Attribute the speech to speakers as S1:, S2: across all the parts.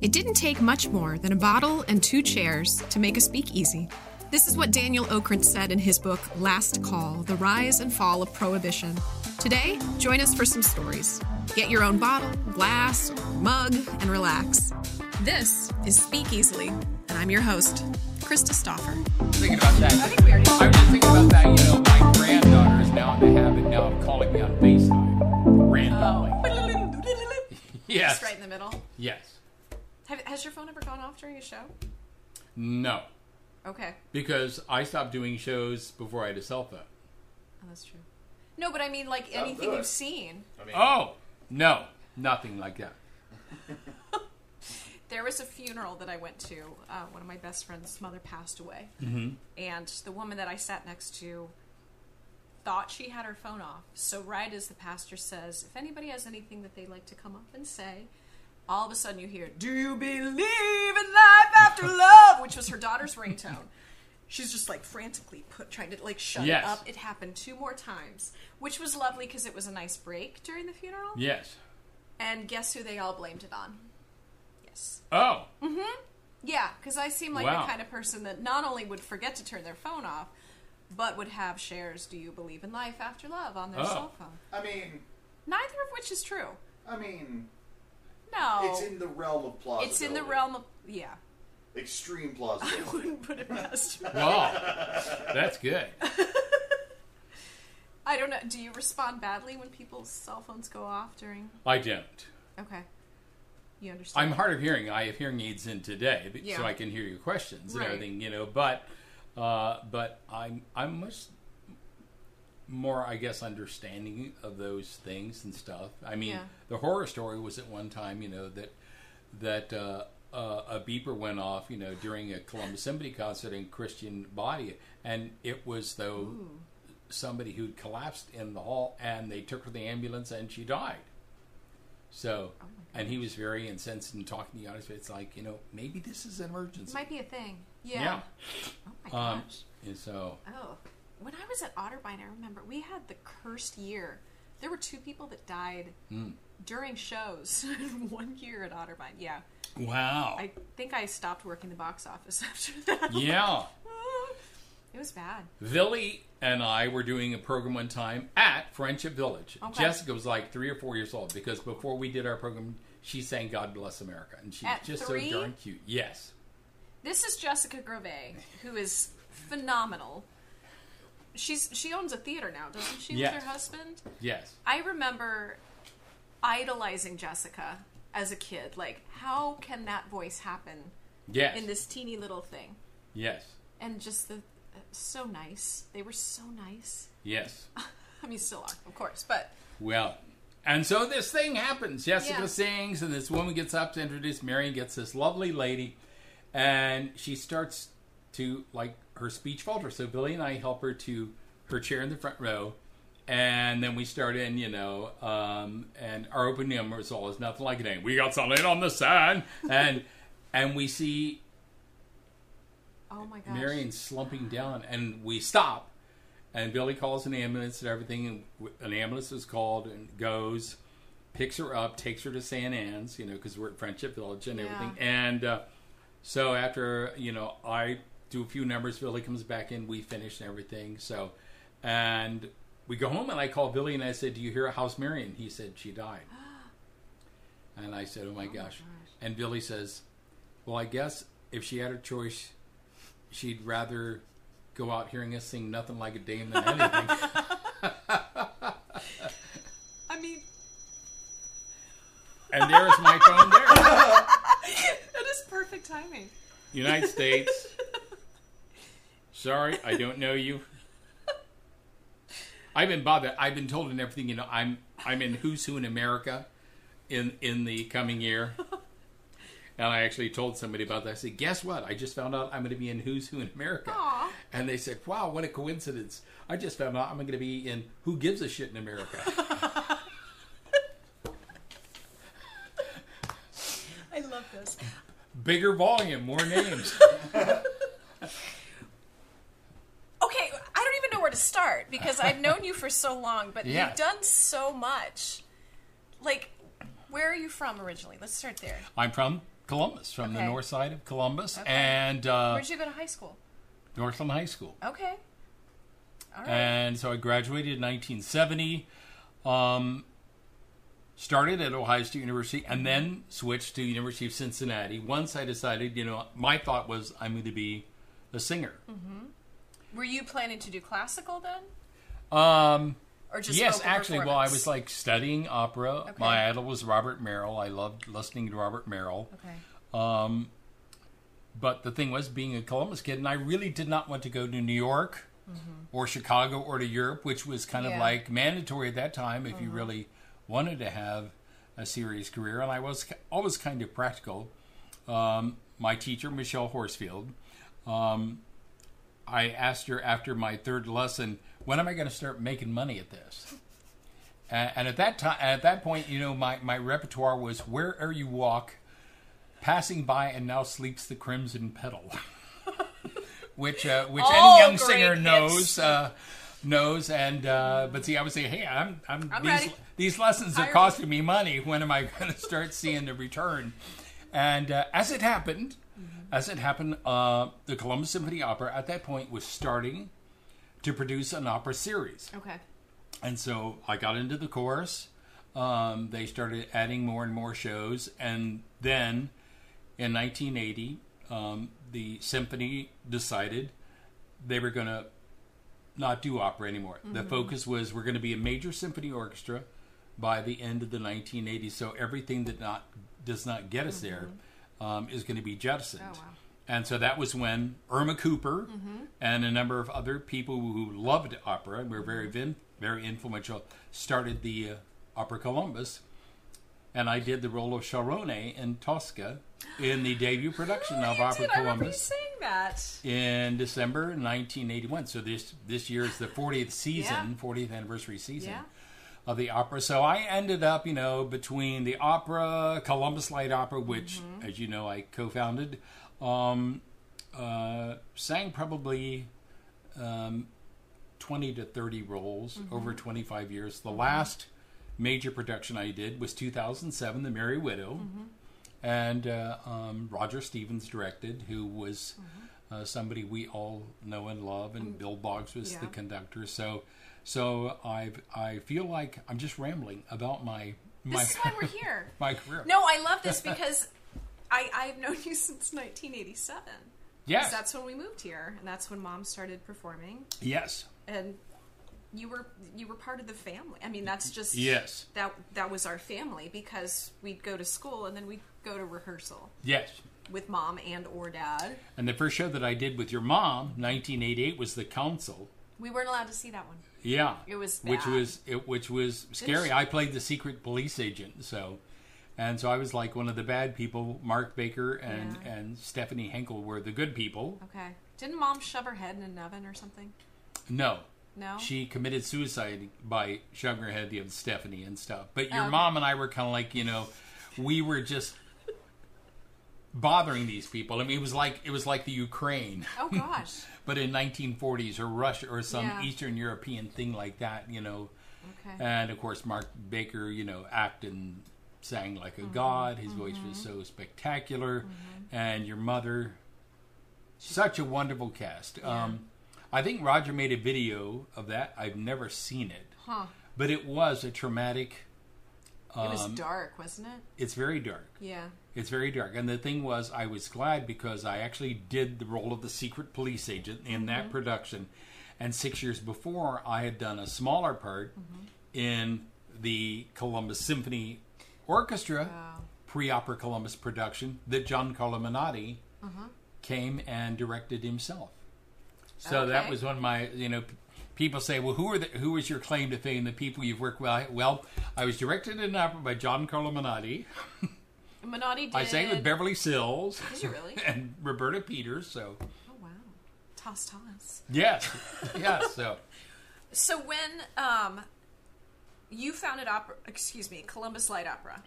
S1: It didn't take much more than a bottle and two chairs to make a speakeasy. This is what Daniel Okrent said in his book Last Call The Rise and Fall of Prohibition. Today, join us for some stories. Get your own bottle, glass, mug, and relax. This is Speak Easily, and I'm your host, Krista Stoffer.
S2: thinking about that. I, was just thinking about that. You know, my granddaughter is now in the habit now of calling me on FaceTime randomly. Yes.
S1: It's Oh. right in the middle.
S2: Yes.
S1: Have, has your phone ever gone off during a show?
S2: No.
S1: Okay,
S2: Because I stopped doing shows before I had a cell phone.
S1: oh, that's true. No, but I mean, like anything
S3: good.
S1: you've seen.
S2: Oh no, nothing like that.
S1: There was a funeral that I went to. Uh, one of my best friend's mother passed away, and the woman that I sat next to thought she had her phone off. So right as the pastor says, "If anybody has anything that they'd like to come up and say," all of a sudden you hear, "Do you believe in life after love?" which was her daughter's ringtone. She's just like frantically put trying to like shut
S2: Yes.
S1: it up. It happened two more times, which was lovely because it was a nice break during the funeral.
S2: Yes.
S1: And guess who they all blamed it on? Yes.
S2: Oh.
S1: Yeah, because I seem like
S2: Wow.
S1: the kind of person that not only would forget to turn their phone off, but would have shares "Do you believe in life after love?" on their
S2: Oh.
S1: cell phone.
S3: I mean,
S1: Neither of which is true.
S3: I mean,
S1: No,
S3: it's in the realm of plausibility.
S1: Oh. It's in the realm of yeah.
S3: Extreme
S1: I
S3: plausibility.
S1: wouldn't put it past. me.
S2: Wow. That's good.
S1: I don't know. Do you respond badly when people's cell phones go off during?
S2: I don't.
S1: Okay, you understand.
S2: I'm hard of hearing. I have hearing aids in today, but-
S1: Yeah.
S2: so I can hear your questions
S1: Right.
S2: and everything, you know. But, uh, but I'm I'm much more, I guess, understanding of those things and stuff. I mean,
S1: Yeah.
S2: the horror story was at one time, you know, that that uh, uh, a beeper went off, you know, during a Columbus Symphony concert in Christian Body, and it was though somebody who'd collapsed in the hall, and they took her to the ambulance, and she died. So,
S1: Oh
S2: and he was very incensed and talking to the audience. but It's like, you know, maybe this is an emergency.
S1: Might be a thing. Yeah.
S2: Yeah.
S1: Oh my
S2: Um,
S1: gosh.
S2: and so,
S1: Oh, when I was at Otterbein, I remember we had the cursed year. There were two people that died
S2: Hmm.
S1: during shows in one year at Otterbein. Yeah,
S2: wow.
S1: I think I stopped working the box office after that.
S2: yeah.
S1: it was bad.
S2: Villy and I were doing a program one time at Friendship Village.
S1: Okay.
S2: Jessica was like three or four years old because before we did our program, she sang God Bless America. And she's
S1: At
S2: just
S1: three?
S2: so darn cute. Yes.
S1: This is Jessica Grove, who is phenomenal. She's she owns a theater now, doesn't she? With
S2: Yes.
S1: her husband.
S2: Yes.
S1: I remember idolizing Jessica as a kid. Like, how can that voice happen
S2: Yes.
S1: in this teeny little thing?
S2: Yes.
S1: and just the uh, so nice. They were so nice.
S2: Yes.
S1: I mean, still are, of course, but
S2: Well, and so this thing happens. Jessica
S1: Yeah.
S2: sings, and this woman gets up to introduce Mary and gets this lovely lady, and she starts to like her speech falter. So Billy and I help her to her chair in the front row, and then we start in, you know, um, and our opening result is nothing like it. ain't. We got something on the sign, and and we see
S1: oh my gosh,
S2: Marion slumping down, and we stop. And Billy calls an ambulance and everything. And w- an ambulance is called and goes, picks her up, takes her to San Anne's, you know, because we're at Friendship Village and everything. And uh, so after, you know, I do a few numbers, Billy comes back in, we finish and everything. So, and we go home, and I call Billy and I said, Do you hear a house Marion? He said, She died. And I said, Oh my gosh. And Billy says, Well, I guess if she had a choice, she'd rather go out hearing us sing nothing like a dame than anything.
S1: I mean,
S2: and there is my phone there.
S1: that is perfect timing.
S2: United States. Sorry, I don't know you. I've been bothered. I've been told and everything, you know, I'm I'm in Who's Who in America in in the coming year. And I actually told somebody about that. I said, guess what? I just found out I'm going to be in Who's Who in America.
S1: Aw.
S2: And they said, wow, what a coincidence. I just found out I'm going to be in Who Gives a Shit in America.
S1: I love this.
S2: Bigger volume, more names.
S1: Okay, I don't even know where to start because I've known you for so long, but
S2: Yeah.
S1: you've done so much. Like, where are you from originally? Let's start there.
S2: I'm from Columbus, from the
S1: Okay.
S2: north side of Columbus,
S1: Okay.
S2: and uh,
S1: Where'd you go to high school?
S2: Northland High School.
S1: Okay. All right.
S2: And so I graduated in 1970, um, started at Ohio State University, and then switched to University of Cincinnati. Once I decided, you know, my thought was I'm going to be a singer.
S1: Were you planning to do classical then,
S2: Um,
S1: or just
S2: yes,
S1: vocal
S2: actually, well, I
S1: performance?
S2: was like studying opera.
S1: Okay.
S2: My idol was Robert Merrill. I loved listening to Robert Merrill.
S1: Okay.
S2: But the thing was, being a Columbus kid, and I really did not want to go to New York or Chicago or to Europe, which was kind of
S1: Yeah.
S2: like mandatory at that time if you really wanted to have a serious career. And I was ki- always kind of practical. Um, my teacher, Michelle Horsfield, um, I asked her after my third lesson, when am I going to start making money at this? A- And at that time, at that point, you know, my, my repertoire was "Where'er You Walk," passing by, and now sleeps the crimson petal, which uh, which
S1: All
S2: any young
S1: Oh, great
S2: singer
S1: hits.
S2: knows uh, knows. And uh, but see, I would say, hey, I'm I'm,
S1: I'm
S2: these
S1: ready.
S2: these lessons are
S1: Hire me.
S2: costing me money. When am I going to start seeing the return? And uh, as it happened,
S1: Mm-hmm.
S2: as it happened, uh, the Columbus Symphony Opera at that point was starting to produce an opera series.
S1: Okay.
S2: And so I got into the chorus. Um, they started adding more and more shows. And then in 1980, um, the symphony decided they were going to not do opera anymore. The
S1: Mm-hmm.
S2: focus was we're going to be a major symphony orchestra by the end of the 1980s. So everything that not does not get us there um, is going to be jettisoned.
S1: Mm-hmm. Oh, wow. Mm-hmm.
S2: And so that was when Irma Cooper and a number of other people who loved opera and were
S1: Mm-hmm.
S2: very vin- very influential started the uh, Opera Columbus. And I did the role of Sharone in Tosca in the debut production
S1: Oh,
S2: of
S1: you
S2: Opera
S1: did. I remember you
S2: Columbus
S1: saying that.
S2: in December 1981. So this this year is the 40th season, 40th anniversary season
S1: Yeah.
S2: of the opera. So I ended up, you know, between the opera, Columbus Light Opera, which,
S1: Mm-hmm.
S2: as you know, I co-founded, um, uh, sang probably um, 20 to 30 roles
S1: Mm-hmm.
S2: over 25 years. The last major production I did was 2007, The Merry Widow
S1: Mm-hmm.
S2: and uh, um, Roger Stevens directed, who was
S1: Mm-hmm.
S2: uh, somebody we all know and love, and Bill Boggs was the
S1: Yeah.
S2: conductor. So, so I I feel like I'm just rambling about my my
S1: This is why we're here.
S2: my career.
S1: No, I love this because I, I've known you since 1987. 'Cause
S2: yes,
S1: That's when we moved here, and that's when Mom started performing,
S2: yes,
S1: and you were you were part of the family. I mean, that's just
S2: Yes.
S1: That that was our family because we'd go to school and then we'd go to rehearsal
S2: yes.
S1: with Mom and or Dad.
S2: And the first show that I did with your mom, 1988, was The Council.
S1: We weren't allowed to see that one.
S2: Yeah,
S1: It was
S2: which
S1: bad.
S2: was it, which was scary.
S1: It's-
S2: I played the secret police agent, so and so I was like one of the bad people. Mark Baker and
S1: Yeah.
S2: and Stephanie Henkel were the good people.
S1: Okay. Didn't Mom shove her head in an oven or something?
S2: No,
S1: No.
S2: she committed suicide by shoving her head against Stephanie and stuff. But your
S1: Oh.
S2: mom and I were kind of like you know, we were just bothering these people. I mean, it was like it was like the Ukraine.
S1: oh gosh.
S2: but in 1940s or Russia or some
S1: Yeah.
S2: Eastern European thing like that, you know.
S1: Okay.
S2: And of course, Mark Baker, you know, acted and sang like
S1: Mm-hmm.
S2: a god. His voice was so spectacular, and your mother, such a wonderful cast. Um, I think Roger made a video of that. I've never seen it,
S1: huh.
S2: but it was a traumatic.
S1: it was
S2: um,
S1: dark, wasn't it?
S2: It's very dark.
S1: Yeah.
S2: It's very dark. And the thing was, I was glad because I actually did the role of the secret police agent in
S1: Mm-hmm.
S2: that production. And six years before, I had done a smaller part
S1: Mm-hmm.
S2: in the Columbus Symphony Orchestra
S1: Wow.
S2: pre opera Columbus production that John Minotti
S1: Mm-hmm.
S2: came and directed himself. So that
S1: Okay.
S2: was one of my, you know, p- people say, well, who are the, who is your claim to fame? The people you've worked with? Well, I was directed in opera by John Minotti.
S1: Minotti did.
S2: I sang with Beverly Sills.
S1: Did you really?
S2: and Roberta Peters. So
S1: Oh wow. Toss toss.
S2: yes, yes. So
S1: So when um you founded opera excuse me, Columbus Light Opera.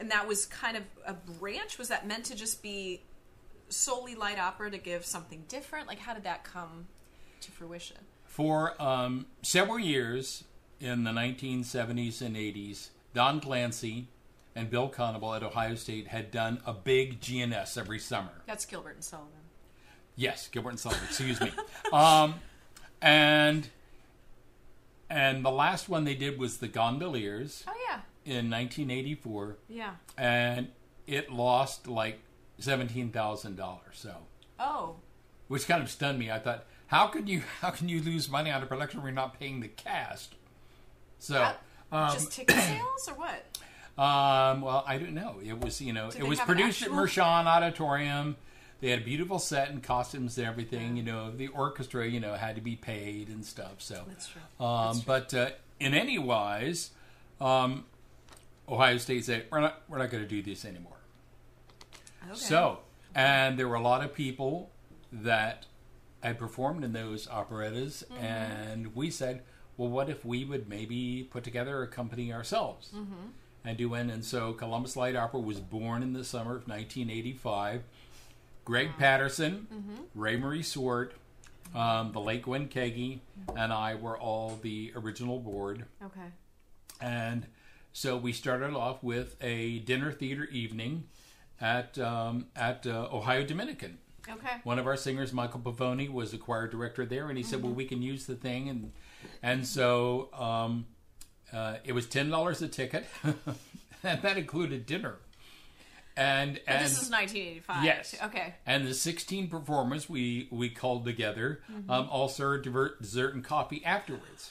S1: And that was kind of a branch? Was that meant to just be solely light opera to give something different? Like how did that come to fruition?
S2: for um, several years in the 1970s and 80s, Don Clancy and Bill Conable at Ohio State had done a big GNS every summer.
S1: That's Gilbert and Sullivan.
S2: Yes, Gilbert and Sullivan. Excuse me. Um, and and the last one they did was the Gondoliers
S1: Oh yeah,
S2: in 1984,
S1: yeah.
S2: and it lost like seventeen thousand dollars. So,
S1: Oh,
S2: which kind of stunned me. I thought, how could you how can you lose money on a production where you're not paying the cast? So.
S1: That- just ticket sales or what?
S2: Um, well, I don't know. It was, you know,
S1: Did
S2: it
S1: they
S2: was
S1: have an
S2: produced
S1: actual-
S2: at Mershon Auditorium. They had a beautiful set and costumes and everything. You know, the orchestra, you know, had to be paid and stuff. So,
S1: That's true.
S2: um, but uh, in any wise, um, Ohio State said we're not we're not going to do this anymore.
S1: Okay.
S2: So, and there were a lot of people that had performed in those operettas, and we said, well, what if we would maybe put together a company ourselves and do one? And so Columbus Light Opera was born in the summer of 1985. Greg Patterson, Ray Marie Swart, um, the late Gwen Keggy, and I were all the original board.
S1: okay.
S2: And so we started off with a dinner theater evening at um, at uh, Ohio Dominican.
S1: Okay.
S2: One of our singers, Michael Pavoni, was the choir director there, and he said, "Well, we can use the thing." And and so um, uh, it was ten dollars a ticket, and that included dinner. And
S1: But
S2: and
S1: this is 1985.
S2: Yes.
S1: Okay.
S2: and the 16 performers we we called together um, all served diver- dessert and coffee afterwards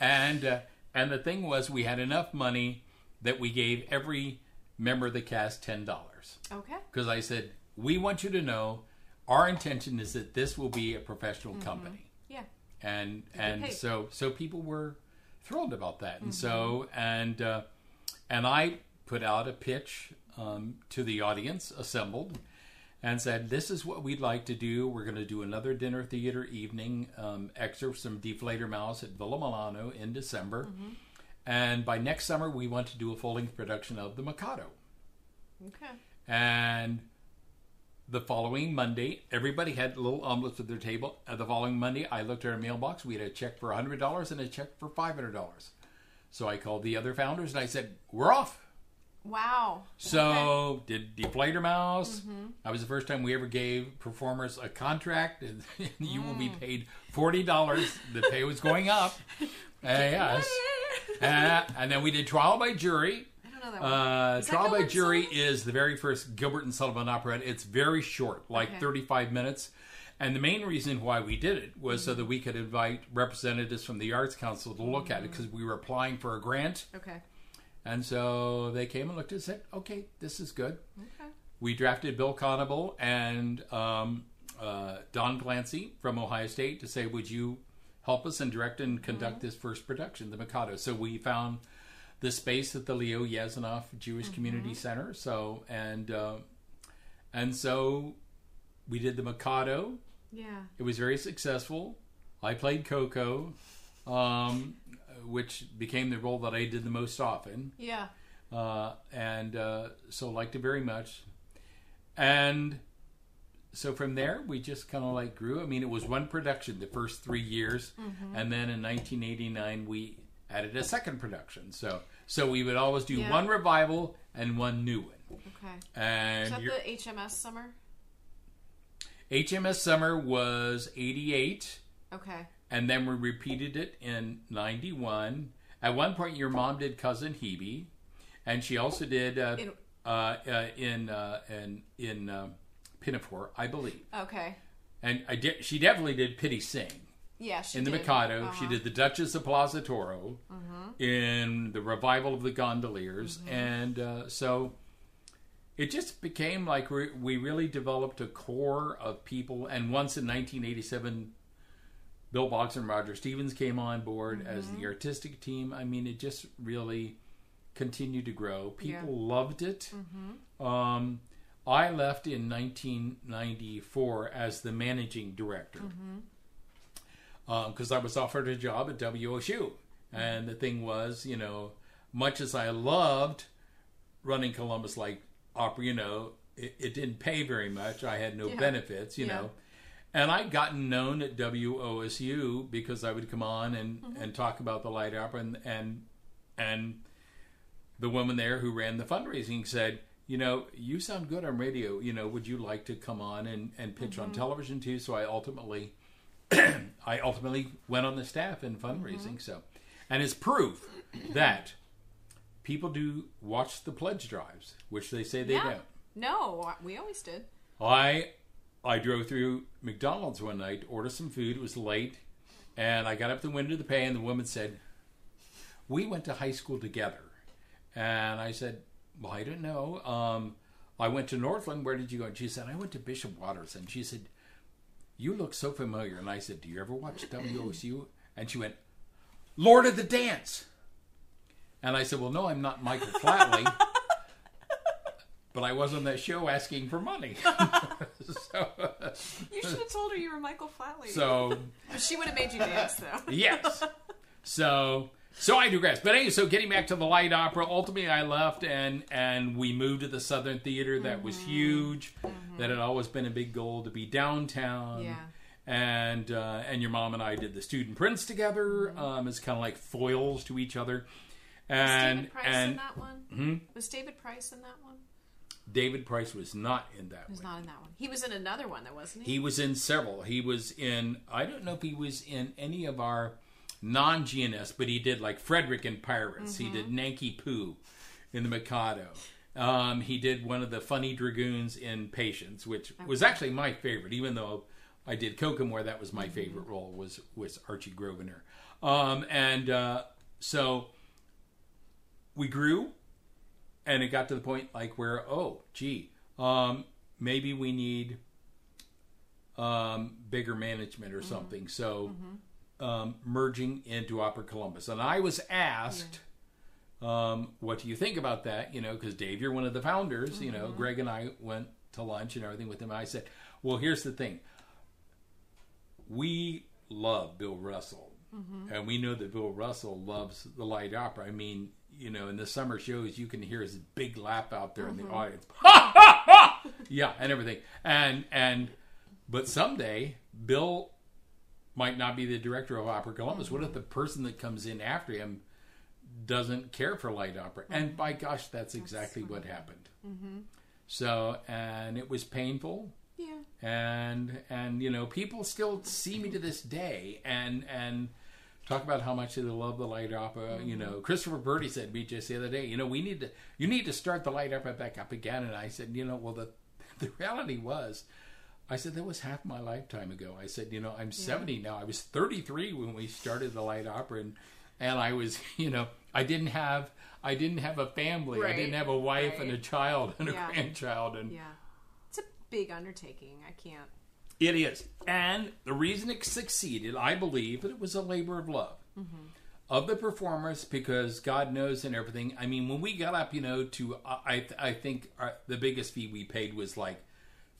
S2: and uh, and the thing was we had enough money that we gave every member of the cast ten dollars
S1: Okay.
S2: because i said we want you to know our intention is that this will be a professional company
S1: Yeah.
S2: and and
S1: paid.
S2: so so people were thrilled about that and so and uh, and I put out a pitch um, to the audience assembled and said this is what we'd like to do we're going to do another dinner theater evening um, excerpts from Deflator Mouse at Villa Milano in December and by next summer we want to do a full length production of the Mikado
S1: Okay.
S2: and the following Monday, everybody had little omelets at their table. And the following Monday, I looked at our mailbox. We had a check for $100 and a check for $500. So I called the other founders and I said, We're off.
S1: Wow.
S2: So did Deflator Mouse. That was the first time we ever gave performers a contract. And you will be paid $40. the pay was going up. Uh, yes. Uh, and then we did Trial by Jury.
S1: I don't know that one.
S2: Uh,
S1: that
S2: Trial by
S1: Gilbert
S2: Jury
S1: Sullivan?
S2: is the very first Gilbert and Sullivan operette. It's very short, like
S1: Okay.
S2: 35 minutes. And the main reason why we did it was
S1: Mm-hmm.
S2: so that we could invite representatives from the Arts Council to look
S1: Mm-hmm.
S2: at it because we were applying for a grant.
S1: okay.
S2: And so they came and looked at it and said, okay, this is good.
S1: Okay.
S2: We drafted Bill Conable and um, uh, Don Clancy from Ohio State to say, would you help us and direct and conduct this first production, The Mikado? So we found the space at the Leo Yazanoff Jewish Community Center. So, and, uh, and so we did The Mikado.
S1: Yeah.
S2: It was very successful. I played Coco, um, which became the role that I did the most often
S1: Yeah.
S2: uh, and uh, so liked it very much. And so from there, we just kind of like grew. I mean, it was one production the first three years, and then in 1989 we added a second production. So so we would always do
S1: Yeah.
S2: one revival and one new one.
S1: Okay. Is
S2: And
S1: that
S2: your-
S1: the HMS summer?
S2: HMS Summer was 88,
S1: Okay.
S2: and then we repeated it in 91. At one point, your mom did Cousin Hebe, and she also did uh,
S1: In-
S2: uh, uh, in, uh, in in uh, Pinafore, I believe.
S1: Okay.
S2: And I de- she definitely did Pity Sing
S1: Yeah. She
S2: in the
S1: did. Uh-huh. Mm-hmm.
S2: Mikado. She did the Duchess of Plaza Toro in the revival of the Gondoliers, and uh, so it just became like we, we really developed a core of people. And once in 1987, Bill Box and Roger Stevens came on board as
S1: Mm-hmm.
S2: the artistic team. I mean, it just really continued to grow.
S1: Yeah. Mm-hmm.
S2: People loved it. Um, I left in 1994 as the managing director
S1: Mm-hmm.
S2: because Um, I was offered a job at WSU. And the thing was, you know, much as I loved running Columbus Light Opera, you know, it, it didn't pay very much. I had no
S1: Yeah.
S2: benefits, you
S1: Yeah.
S2: know. And I'd gotten known at WOSU
S1: Mm-hmm.
S2: because I would come on and, and talk about the light opera and, and and the woman there who ran the fundraising said, you know, you sound good on radio. You know, would you like to come on and, and pitch on television too? So I ultimately, I ultimately went on the staff in fundraising. So, and it's proof that people do watch the pledge drives, which they say they
S1: yeah.
S2: don't.
S1: No, we always did.
S2: I I drove through McDonald's one night, ordered some food. It was late, and I got up the window to pay, and the woman said, "We went to high school together," and I said, "Well, I don't know. Um, I went to Northland. Where did you go?" And she said, "I went to Bishop Waters," and she said, "You look so familiar." And I said, "Do you ever watch WOSU?" And she went, "Lord of the Dance." And I said, "Well, no, I'm not Michael Flatley." But I was on that show asking for money. so,
S1: You should have told her you were Michael Flatley.
S2: so
S1: she would have made you dance though.
S2: yes. So so I digress. But anyway, so getting back to the light opera, ultimately I left and and we moved to the Southern Theater. That was
S1: Mm-hmm.
S2: huge. That had always been a big goal to be downtown.
S1: Yeah.
S2: And uh, and your mom and I did the student prints together.
S1: Mm-hmm.
S2: Um, it's kind of like foils to each other. And
S1: David Price in
S2: and Mm-hmm.
S1: that one? Was David Price in that one?
S2: David Price was not in that
S1: He was
S2: one.
S1: not in that one. He was in another one, though, wasn't he?
S2: He was in several. He was in, I don't know if he was in any of our non GNS, but he did like Frederick and Pirates. He did Nanky Poo in the Mikado. Um, he did one of the funny dragoons in Patience, which was actually my favorite, even though I did Kokomore. That was my favorite role was was Archie Grosvenor, um, and uh, so we grew and it got to the point like where oh gee um, maybe we need um, bigger management or something so um, merging into opera columbus and i was asked um, what do you think about that you know because dave you're one of the founders you know greg and i went to lunch and everything with him i said well here's the thing we love Bill Russell, and we know that Bill Russell loves the light opera. I mean, you know, in the summer shows, you can hear his big laugh out there in the audience, yeah, and everything. And and but someday Bill might not be the director of Opera Columbus. What if the person that comes in after him doesn't care for light opera? And by gosh, that's exactly what happened. So, and it was painful
S1: Yeah.
S2: and and you know people still see me to this day and and talk about how much they love the light opera
S1: Mm-hmm.
S2: you know christopher Birdie said to me just the other day you know we need to you need to start the light opera back up again and i said you know well the the reality was i said that was half my lifetime ago i said you know i'm 70 now i was 33 when we started the light opera and and i was you know i didn't have i didn't have a family i
S1: Right,
S2: didn't have a wife and a
S1: right.
S2: child and
S1: Yeah.
S2: a grandchild and
S1: Yeah. It's a big undertaking. I can't.
S2: it is. And the reason it succeeded, I believe, that it was a labor of love
S1: Mm-hmm.
S2: of the performers because God knows and everything. I mean, when we got up, you know, to, I, I I think our, the biggest fee we paid was like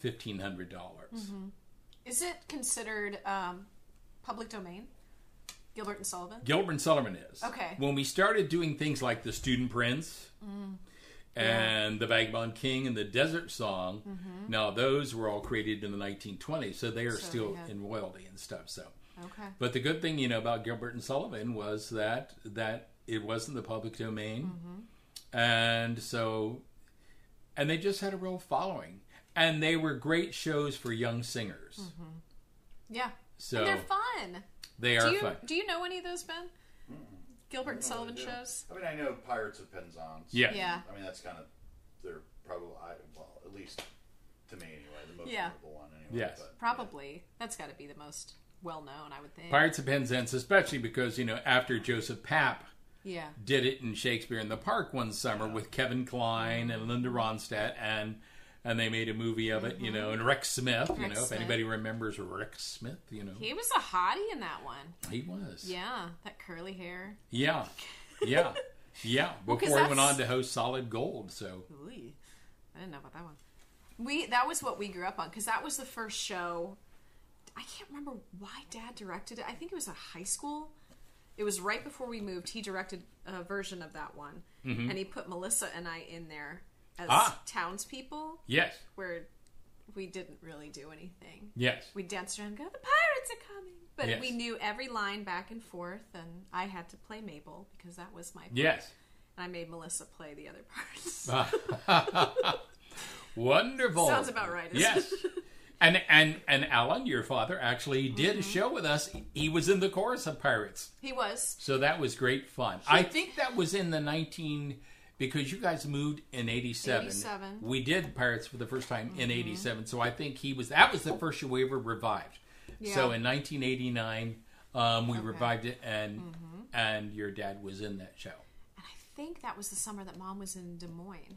S2: $1,500. dollars
S1: Mm-hmm. Is it considered um, public domain? Gilbert and Sullivan?
S2: Gilbert and Sullivan is.
S1: Okay.
S2: When we started doing things like the Student Prince
S1: Mm-hmm.
S2: and the Vagabond King and the Desert Song, now those were all created in the 1920s, so they are
S1: Mm-hmm. So
S2: still
S1: they had-
S2: in royalty and stuff. So.
S1: Okay.
S2: But the good thing, you know, about Gilbert and Sullivan was that that it wasn't the public domain,
S1: Mm-hmm.
S2: and so, and they just had a real following, and they were great shows for young singers.
S1: Yeah.
S2: So
S1: Mm-hmm. and they're fun.
S2: they
S1: do
S2: are
S1: you
S2: fun.
S1: do you know any of those, Ben? Gilbert and
S3: I don't
S1: Sullivan
S3: really do.
S1: shows?
S3: I mean, I know Pirates of Penzance.
S2: Yeah.
S1: Yeah.
S3: I mean, that's kind of their probably, I, well, at least to me anyway, the most
S1: Yeah.
S3: memorable one anyway.
S2: Yes.
S3: but-
S1: Probably. That's got to be the most well known, I would think.
S2: Pirates of Penzance, especially because you know after Joseph Papp
S1: yeah.
S2: did it in Shakespeare in the Park one summer with Kevin Kline and Linda Ronstadt and and they made a movie of it, you know, and Rex Smith, you
S1: Rex
S2: know, if
S1: Mm-hmm. Smith.
S2: anybody remembers Rex Smith, you know, he,
S1: He was a hottie in that one.
S2: was.
S1: Yeah, that curly hair.
S2: Yeah, yeah, yeah. Before he went
S1: that's-
S2: on to host Solid Gold, so
S1: Ooh, I didn't know about that one. We that was what we grew up on because that was the first show. I can't remember why Dad directed it. I think it was a high school. It was right before we moved. He directed a version of that one, and he put Melissa and I in there as
S2: Mm-hmm. Ah.
S1: townspeople,
S2: yes,
S1: where we didn't really do anything.
S2: yes,
S1: We danced around, and go the pirates are coming, but
S2: Yes.
S1: we knew every line back and forth, and I had to play Mabel because that was my part.
S2: yes.
S1: and I made Melissa play the other parts.
S2: Ah. Wonderful.
S1: Sounds about right, isn't
S2: Yes. And, and and Alan, your father, actually did
S1: Mm-hmm.
S2: a show with us. He was in the chorus of Pirates,
S1: he was.
S2: so that was great fun. I think that was in the nineteen because you guys moved in eighty seven.
S1: 87.
S2: We did Pirates for the first time in
S1: Mm-hmm.
S2: eighty seven, so I think he was. That was the first show we ever revived. So
S1: Yeah.
S2: in nineteen eighty nine, um, we revived it, and
S1: Mm-hmm.
S2: and your dad was in that show.
S1: And I think that was the summer that mom was in Des Moines.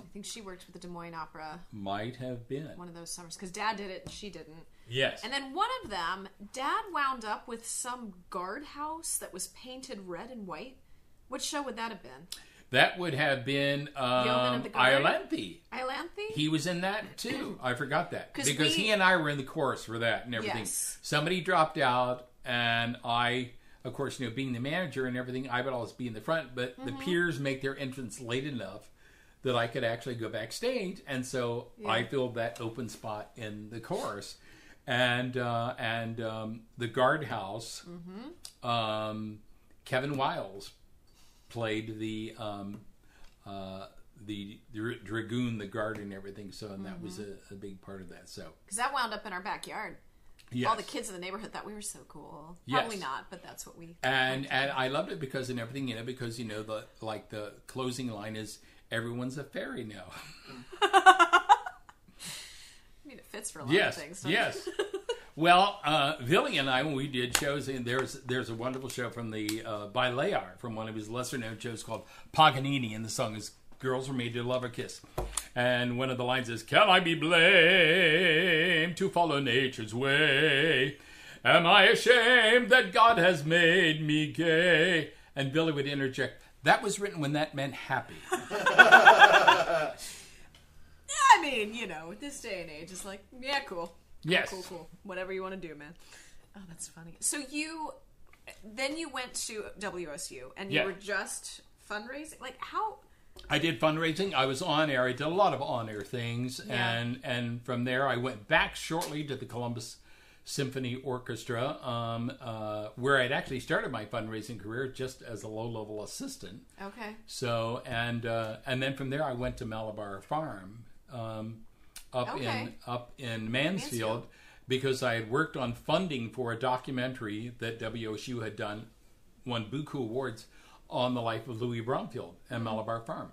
S1: I think she worked with the Des Moines Opera
S2: Might have been
S1: one of those summers because dad did it and she didn't.
S2: yes.
S1: And then one of them, dad wound up with some guardhouse that was painted red and white. What show would that have been?
S2: That would have been
S1: Yeoman
S2: um,
S1: of the Guard?
S2: Iolanthe.
S1: Iolanthe?
S2: He was in that too. I forgot that
S1: 'Cause
S2: because
S1: we-
S2: he and I were in the chorus for that and everything.
S1: Yes.
S2: Somebody dropped out, and I, of course, you know, being the manager and everything, I would always be in the front. But the peers make their entrance late enough that I could actually go backstage, and so I filled that open spot in the chorus, and uh, and um, the guardhouse. Um, Kevin Wiles played the um, uh, the dra- dragoon, the guard, and everything. So, and that was a, a big part of that. So,
S1: Because that wound up in our backyard.
S2: yes.
S1: All the kids in the neighborhood thought we were so cool.
S2: Yes.
S1: Probably not, but that's what we.
S2: and and I loved it because and everything you know because you know the like the closing line is everyone's a fairy now.
S1: I mean, it fits for a lot
S2: yes,
S1: of things. doesn't it?
S2: yes. well, uh, Billy and I when we did shows and there's there's a wonderful show from the uh, by Layard from one of his lesser known shows called Paganini and the song is "Girls Were Made to Love or Kiss," and one of the lines is "Can I be blamed to follow nature's way?" Am I ashamed that God has made me gay? And Billy would interject, that was written when that meant happy.
S1: I mean, you know, this day and age, it's like, yeah, cool.
S2: Yes.
S1: Cool, cool. Whatever you want to do, man. Oh, that's funny. So you, then you went to WSU and you
S2: Yeah.
S1: were just fundraising. Like, how?
S2: I did fundraising. I was on air. I did a lot of on air things,
S1: Yeah.
S2: and and from there I went back shortly to the Columbus Symphony Orchestra, um, uh, where I'd actually started my fundraising career just as a low level assistant.
S1: Okay.
S2: So and uh, and then from there I went to Malabar Farm, um, up in
S1: Okay.
S2: up in Mansfield,
S1: Mansfield.
S2: because I had worked on funding for a documentary that WSU had done, won Buku Awards on the life of Louis Bromfield
S1: Mm-hmm.
S2: and Malabar Farm,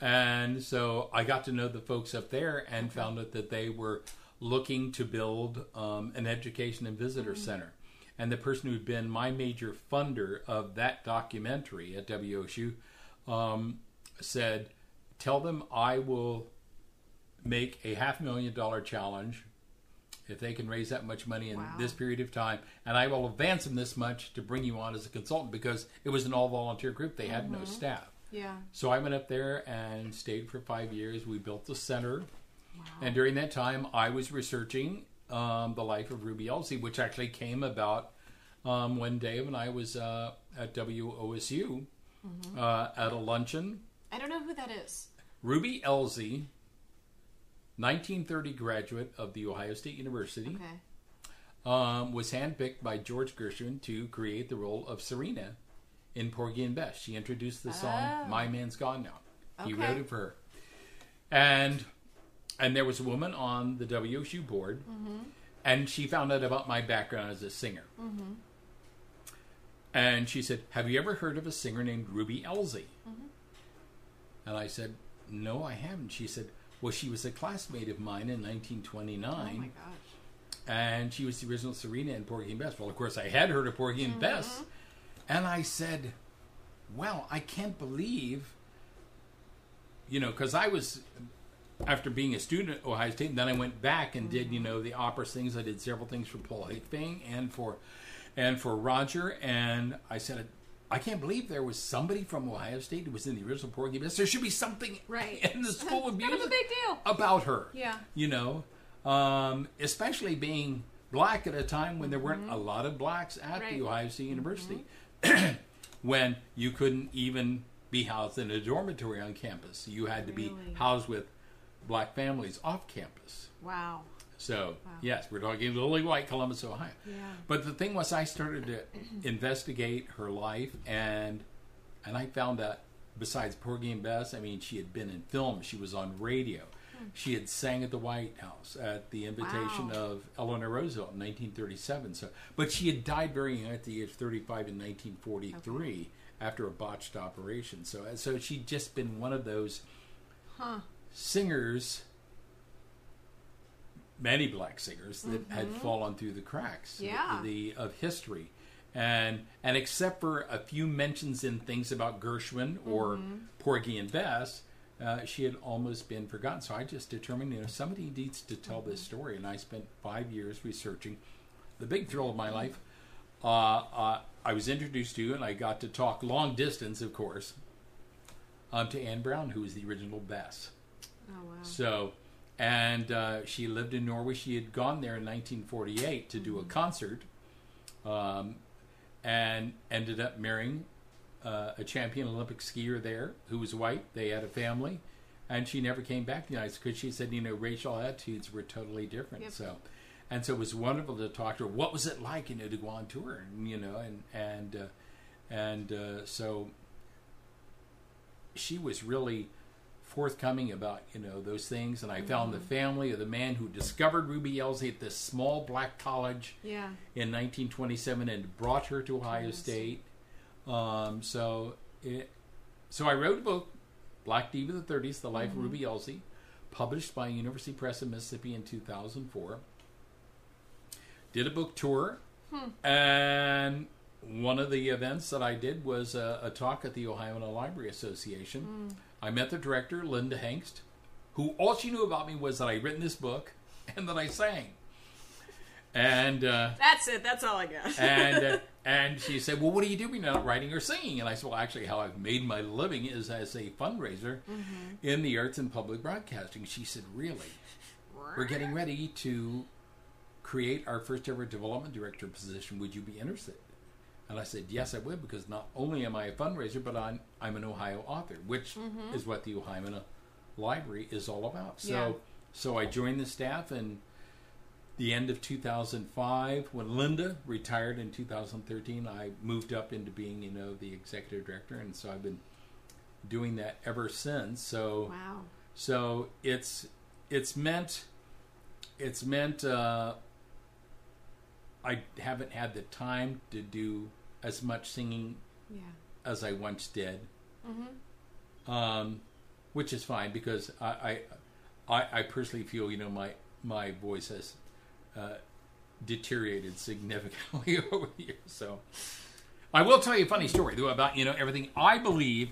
S2: and so I got to know the folks up there and found out that they were looking to build um, an education and visitor
S1: Mm-hmm.
S2: center. And the person who'd been my major funder of that documentary at WSU um, said, "Tell them I will make a half million dollar challenge if they can raise that much money in
S1: Wow.
S2: this period of time, and I will advance them this much to bring you on as a consultant because it was an all volunteer group; they had no
S1: Mm-hmm.
S2: staff."
S1: Yeah.
S2: So I went up there and stayed for five years. We built the center,
S1: Wow.
S2: and during that time, I was researching um, the life of Ruby Elsie, which actually came about um, one day when I was uh, at WOSU
S1: Mm-hmm.
S2: uh, at a luncheon.
S1: I don't know who that is.
S2: Ruby Elsie, 1930 graduate of the Ohio State University,
S1: Okay.
S2: um, was handpicked by George Gershwin to create the role of Serena in Porgy and Bess. She introduced the song
S1: Oh.
S2: "My Man's Gone Now." He
S1: Okay.
S2: wrote it for her, and and there was a woman on the WSU board,
S1: Mm-hmm.
S2: and she found out about my background as a singer.
S1: Mm-hmm.
S2: And she said, "Have you ever heard of a singer named Ruby Elsie?"
S1: Mm-hmm.
S2: And I said, "No, I haven't." She said, "Well, she was a classmate of mine in 1929."
S1: Oh my gosh.
S2: and she was the original Serena in Porgy and Bess. Well, of course, I had heard of Porgy and
S1: Mm-hmm.
S2: Bess, and I said, "Wow, I can't believe," you know, because I was after being a student at Ohio State, and then I went back and did
S1: Mm-hmm.
S2: you know the opera things. I did several things for Paul Hickfang and for and for Roger, and I said. I can't believe there was somebody from Ohio State who was in the original Porgy and Bess. There should be something
S1: Right.
S2: in the School of
S1: Kind
S2: Music
S1: of a big deal.
S2: about her.
S1: Yeah.
S2: You know, um, especially being black at a time when there weren't a lot of blacks at
S1: Mm-hmm. Right. Mm-hmm.
S2: the Ohio State University, when you couldn't even be housed in a dormitory on campus. You had to
S1: Really?
S2: be housed with black families off campus.
S1: Wow.
S2: So, yes, we're talking Lily White, Columbus, Ohio.
S1: Yeah.
S2: But the thing was, I started to investigate her life, and and I found that besides Porgy and Bess, I mean, she had been in film. She was on radio. She had sang at the White House at the invitation
S1: Hmm. Wow.
S2: of Eleanor Roosevelt in 1937. So, but she had died very young at the age of 35 in 1943 after a botched operation. So, so she'd just been one of those
S1: Huh.
S2: singers, many black singers that had fallen through the cracks
S1: Yeah.
S2: of, the, of history. And and except for a few mentions in things about Gershwin or Porgy and Bess, uh, she had almost been forgotten. So I just determined, you know, somebody needs to tell this story. And I spent five years researching. The big thrill of my life, uh, uh, I was introduced to, and I got to talk long distance, of course, um, to Anne Brown, who was the original Bess.
S1: Oh wow.
S2: So, and uh, she lived in Norway. She had gone there in 1948 to do a concert, um, and ended up marrying uh, a champion Olympic skier there who was white. They had a family, and she never came back to the United States because she said, you know, racial attitudes were totally different.
S1: Yep.
S2: So. And so it was wonderful to talk to her. What was it like, you know, to go on tour, and, you know, and and uh, and uh, so she was really forthcoming about you know those things and i found the family of the man who discovered ruby elsie at this small black college
S1: yeah.
S2: in 1927 and brought her to ohio
S1: Interesting.
S2: state um, so it, so i wrote a book black diva of the 30s the life of ruby elsie published by university press of mississippi in 2004 did a book tour and one of the events that I did was a, a talk at the Ohioana Library Association. I met the director, Linda Hengst, who all she knew about me was that I'd written this book and that I sang. And uh,
S1: That's it. That's all I got.
S2: and uh, and she said, "Well, what do you do when you're not writing or singing?" And I said, "Well, actually, how I've made my living is as a fundraiser in the arts and public broadcasting." She said, "Really?" We're getting ready to create our first ever development director position. Would you be interested? And I said, Yes, I would, because not only am I a fundraiser, but I'm, I'm an Ohio author, which is what the Ohio Library is all about. So,
S1: Mm-hmm. Yeah.
S2: so I joined the staff in the end of 2005. When Linda retired in 2013, I moved up into being, you know, the executive director. And so I've been doing that ever since. So,
S1: Wow.
S2: so it's it's meant it's meant uh, I haven't had the time to do as much singing
S1: Yeah.
S2: as I once did,
S1: Mm-hmm.
S2: um, which is fine because I, I I I personally feel you know my my voice has uh, deteriorated significantly over the years. So I will tell you a funny story though about you know everything I believe.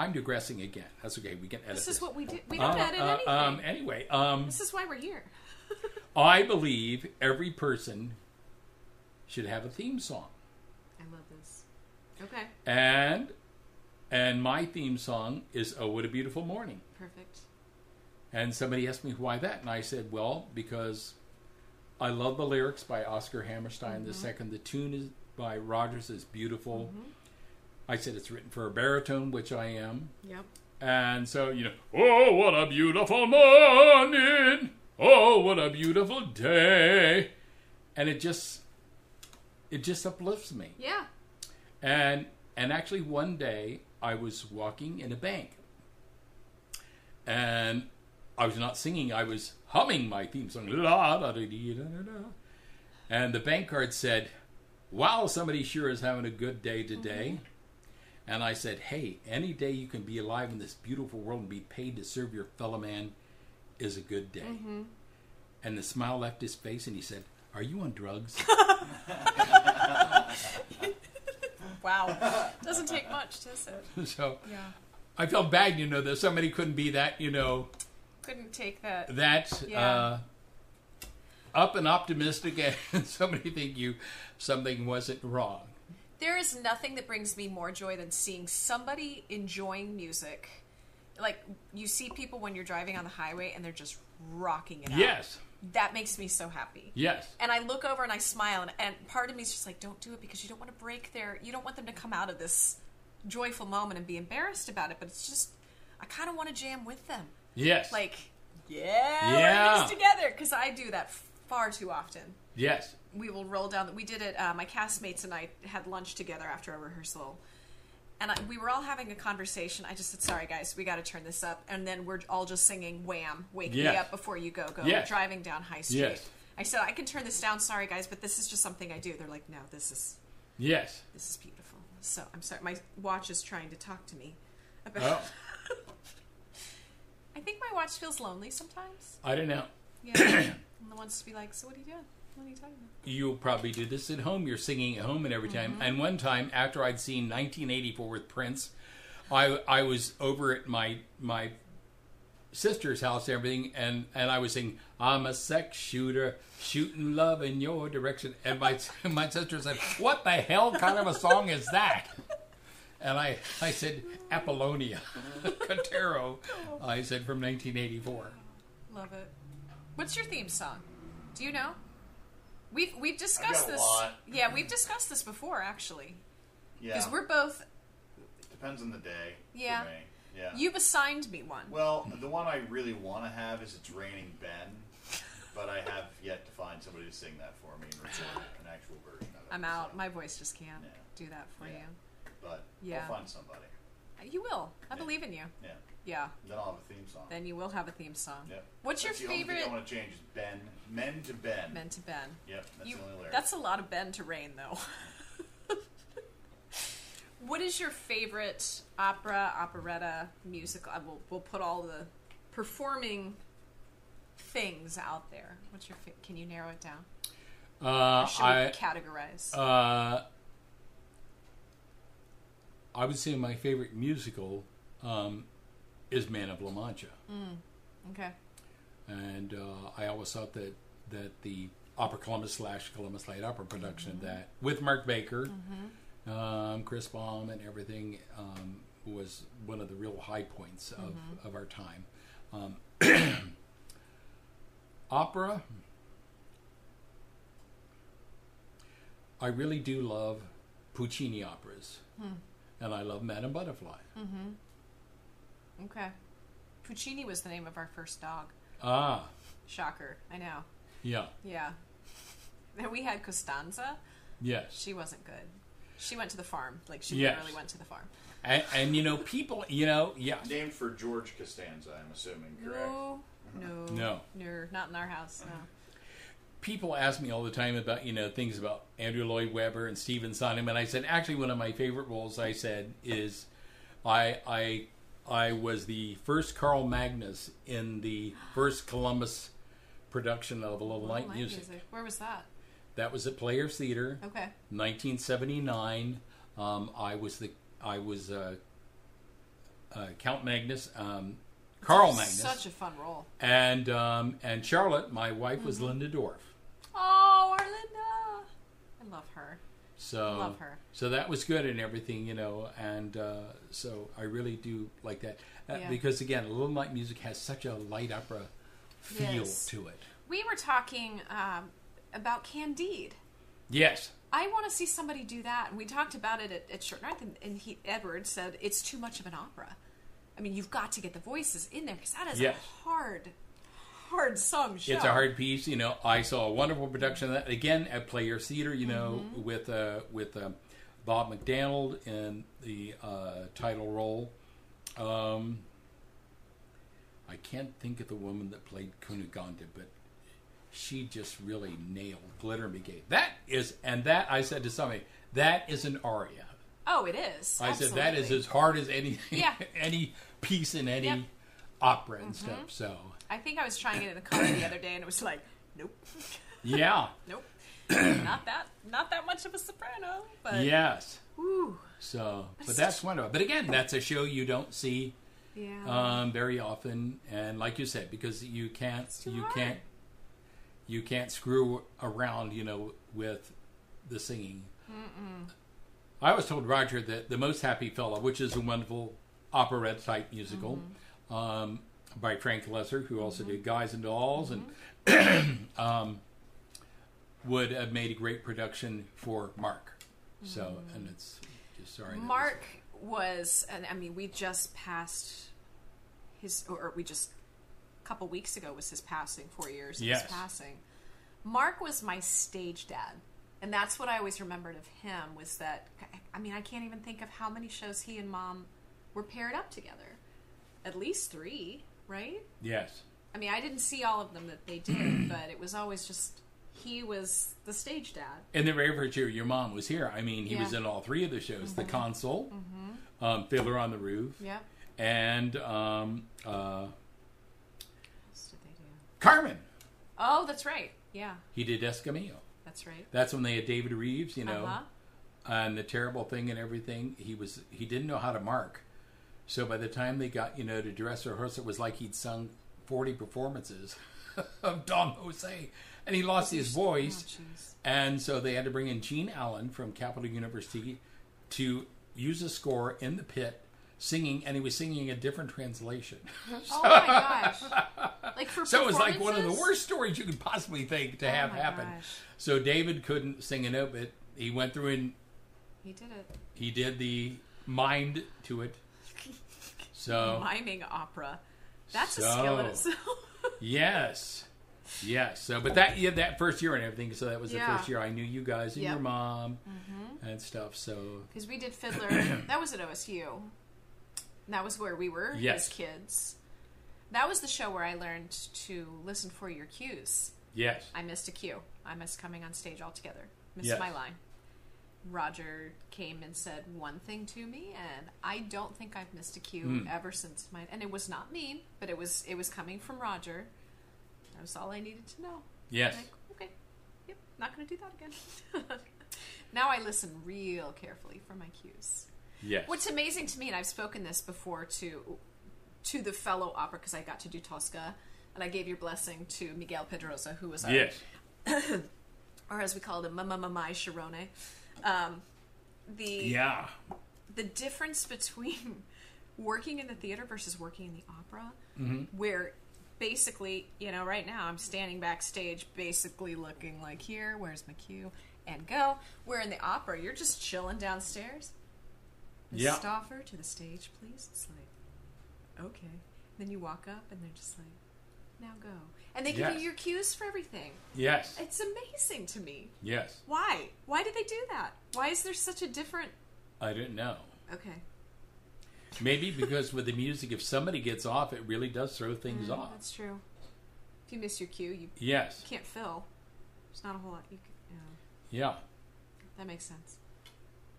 S2: I'm digressing again. That's okay. We can edit
S1: This is what we do. We don't
S2: uh,
S1: edit
S2: uh,
S1: anything.
S2: Um, anyway, um,
S1: this is why we're here.
S2: I believe every person should have a theme song,
S1: I love this. Okay.
S2: and and my theme song is "Oh What a Beautiful Morning."
S1: Perfect.
S2: And somebody asked me why that, and I said, "Well, because I love the lyrics by Oscar Hammerstein
S1: Mm-hmm.
S2: the second. The tune is by Rogers is beautiful." I said it's written for a baritone, which I am.
S1: Yep.
S2: And so, you know, oh, what a beautiful morning! Oh, what a beautiful day! And it just, it just uplifts me.
S1: Yeah.
S2: And and actually, one day I was walking in a bank, and I was not singing; I was humming my theme song, la da da dee, da da da. And the bank card said, "Wow, somebody sure is having a good day today." And I said, "Hey, any day you can be alive in this beautiful world and be paid to serve your fellow man is a good day." And the smile left his face, and he said, "Are you on drugs?"
S1: Wow. Doesn't take much, does it?
S2: so.
S1: Yeah.
S2: I felt bad, you know, that somebody couldn't be that, you know,
S1: Couldn't take that.
S2: that uh,
S1: Yeah.
S2: up and optimistic, and somebody think you something wasn't wrong.
S1: There is nothing that brings me more joy than seeing somebody enjoying music. Like you see people when you're driving on the highway and they're just rocking it. out.
S2: Yes,
S1: That makes me so happy.
S2: yes,
S1: And I look over and I smile, and, and part of me is just like, don't do it because you don't want to break their, you don't want them to come out of this joyful moment and be embarrassed about it. But it's just, I kind of want to jam with them.
S2: yes,
S1: Like, yeah, we're
S2: Yeah.
S1: in this together. Because I do that far too often.
S2: yes.
S1: We will roll down. We did it. Uh, my castmates and I had lunch together after a rehearsal, And I, we were all having a conversation. I just said, "Sorry, guys, we got to turn this up." And then we're all just singing "Wham, Wake Me
S2: Yes.
S1: Up Before You Go Go."
S2: Yes.
S1: Driving down High Street.
S2: Yes.
S1: I said, "I can turn this down. Sorry, guys, but this is just something I do." They're like, "No, this is
S2: Yes.
S1: this is beautiful." So I'm sorry, my watch is trying to talk to me. About
S2: Oh,
S1: I think my watch feels lonely sometimes.
S2: I don't know.
S1: Yeah, and it wants to be like, "So what are you doing? What are you talking about?"
S2: You'll probably do this at home. You're singing at home and every time. And one time after I'd seen 1984 with Prince, I I was over at my my sister's house and everything, and and I was singing "I'm a sex shooter, shooting love in your direction." And my my sister said, "What the hell kind of a song is that?" And I I said Apollonia, Cotero. I said from 1984.
S1: Love it. What's your theme song? Do you know? We've we've
S3: got
S1: discussed
S3: a
S1: this.
S3: lot.
S1: Yeah, we've discussed this before actually.
S3: Yeah.
S1: Because we're both.
S3: Depends on the day.
S1: Yeah.
S3: For me. Yeah.
S1: You've assigned me one.
S3: Well, the one I really want to have is "It's Raining Ben," but I have yet to find somebody to sing that for me and record an actual version of it.
S1: I'm
S3: so-
S1: out. My voice just can't
S3: Yeah.
S1: do that for
S3: Yeah. But
S1: Yeah.
S3: I'll find somebody.
S1: you. You will. I
S3: Yeah.
S1: believe in you.
S3: Yeah.
S1: Yeah.
S3: Then I'll have a theme song.
S1: Then you will have a theme song.
S3: Yep.
S1: What's
S3: That's
S1: your
S3: the Only
S1: favorite?
S3: thing I want to change is Ben. Men to Ben.
S1: Meant to Ben.
S3: Yep. That's
S1: You-
S3: the only lyric.
S1: that's a lot of Ben to rain, though. what is your favorite opera, operetta, musical? I will, we'll put all the performing things out there. What's your? Fa- can you narrow it down?
S2: Uh,
S1: Or should we
S2: I
S1: categorize?
S2: Uh, I would say my favorite musical um, is Man of La Mancha,
S1: okay.
S2: and uh, I always thought that that the Opera Columbus slash Columbus Light Opera production of that with Mark Baker, um, Chris Baum, and everything um, was one of the real high points of, of our time. Um, opera, I really do love Puccini operas, and I love Madame Butterfly.
S1: Okay. Puccini was the name of our first dog.
S2: Ah,
S1: Shocker. I know.
S2: yeah,
S1: Yeah. Then we had Costanza.
S2: yes.
S1: She wasn't good. She went to the farm. Like she
S2: Yes.
S1: literally went to the farm.
S2: And, and you know, people, you know, yeah,
S3: Named for George Costanza, I'm assuming, correct?
S1: No, no,
S2: No.
S1: no, not in our house. No.
S2: people ask me all the time about you know things about Andrew Lloyd Webber and Stephen Sondheim, and I said actually one of my favorite roles I said is I I I was the first Carl Magnus in the first Columbus production of A Little Light
S1: Light
S2: Music.
S1: Where was that?
S2: That was at Players Theater,
S1: Okay.
S2: 1979. Um, I was the I was uh, uh, Count Magnus, um, Carl Magnus,
S1: Such a fun role.
S2: and um, and Charlotte, my wife,
S1: Mm-hmm.
S2: was Linda Dorff.
S1: Oh, Orlinda. I love her.
S2: So
S1: Love her.
S2: So that was good and everything, you know, and uh, so I really do like that uh,
S1: Yeah.
S2: because again, Little Night Music has such a light opera feel
S1: Yes.
S2: to it.
S1: We were talking um, about Candide.
S2: Yes.
S1: I want to see somebody do that. And we talked about it at, at Short North, and, and he, Edward said it's too much of an opera. I mean, you've got to get the voices in there because that is
S2: Yes.
S1: a hard, hard sung show.
S2: It's a hard piece, you know. I saw a wonderful production of that again at Players Theater, you know,
S1: Mm-hmm.
S2: with uh, with um, Bob McDonald in the uh, title role. Um, I can't think of the woman that played Cunegonde, but she just really nailed Glitter Brigade. That is, and that I said to somebody, that is an aria.
S1: Oh, it is.
S2: I said that is
S1: Absolutely.
S2: as hard as any
S1: Yeah.
S2: any piece in any
S1: Yep. Mm-hmm.
S2: opera and stuff. So
S1: I think I was trying it in a car the other day, and it was like, nope,
S2: yeah,
S1: nope, not that, not that much of a soprano. But
S2: yes.
S1: Whew.
S2: So, but
S1: it's
S2: that's wonderful. But again, that's a show you don't see
S1: yeah,
S2: um, very often, and like you said, because you can't,
S1: too
S2: you
S1: hard.
S2: can't, you can't screw around, you know, with the singing. I was told Roger that the most happy fellow, which is a wonderful operette type musical,
S1: Mm-hmm.
S2: um, by Frank Lesser, who also did Guys and Dolls, and
S1: Mm-hmm.
S2: um, would have made a great production for Mark. So, and it's just sorry, that was-
S1: Mm. Mark was, and I mean, we just passed his, or, or we just a couple weeks ago was his passing. Four years of
S2: Yes.
S1: his passing. Mark was my stage dad. and that's what I always remembered of him was that I mean I can't even think of how many shows he and mom were paired up together. At least 3, right?
S2: Yes.
S1: I mean, I didn't see all of them that they did, but it was always just he was the stage dad.
S2: And then very first year, your mom was here. I mean, he was
S1: Yeah. Mm-hmm.
S2: in all three of the shows: the console, um, Fiddler on the Roof,
S1: Yep.
S2: and um, uh,
S1: What else did they do?
S2: Carmen.
S1: Oh, that's right. Yeah,
S2: He did Escamillo.
S1: that's right.
S2: That's when they had David Reeves, you know,
S1: Uh-huh.
S2: and the terrible thing and everything. He was he didn't know how to mark, so by the time they got you know to dress rehearse, it was like he'd sung forty performances of Don Jose, and he lost his voice.
S1: Oh, jeez.
S2: And so they had to bring in Gene Allen from Capital University to use a score in the pit singing, and he was singing a different translation.
S1: Oh my gosh! Like for
S2: So it was like one of the
S1: performances?
S2: worst stories you could possibly think to have
S1: Oh my
S2: happen.
S1: gosh.
S2: So David couldn't sing a note, but he went through and
S1: He did it.
S2: he did the mind to it. So,
S1: Miming opera. That's a skill in
S2: Oh. So-
S1: itself.
S2: yes. Yes. So, but that yeah, that first year and everything. So that was the
S1: Yeah.
S2: first year I knew you guys and
S1: Yep. Mm-hmm.
S2: your mom and stuff. So
S1: Because we did Fiddler. that was at OSU. And that was where we were
S2: Yes.
S1: as kids. That was the show where I learned to listen for your cues.
S2: yes,
S1: I missed a cue. I missed coming on stage altogether. Missed
S2: Yes.
S1: my line. Roger came and said one thing to me, and I don't think I've missed a cue
S2: Hmm.
S1: ever since my. And it was not mean, but it was it was coming from Roger. That was all I needed to know.
S2: yes.
S1: Like, okay, yep, not going to do that again. now I listen real carefully for my cues.
S2: Yes.
S1: What's amazing to me, and I've spoken this before to to the fellow opera because I got to do Tosca, and I gave your blessing to Miguel Pedrosa, who was our,
S2: yes.
S1: or as we called him, Mamma Mamai Sharone. Um, the
S2: Yeah.
S1: the difference between working in the theater versus working in the opera,
S2: Mm-hmm.
S1: where basically, you know, right now I'm standing backstage, basically looking like here, where's my cue, and go. Where in the opera, you're just chilling downstairs. Miss
S2: Yeah.
S1: Stauffer, to the stage, please. It's like, okay. Then you walk up, and they're just like, now go. And they give
S2: Yes.
S1: you your cues for everything.
S2: Yes.
S1: It's amazing to me.
S2: Yes.
S1: Why? Why do they do that? Why is there such a different?
S2: I didn't know.
S1: Okay.
S2: Maybe because with the music, if somebody gets off, it really does throw things
S1: Mm,
S2: off.
S1: That's true. If you miss your cue, you
S2: Yes.
S1: can't fill. There's not a whole lot you can. Yeah,
S2: Yeah.
S1: that makes sense.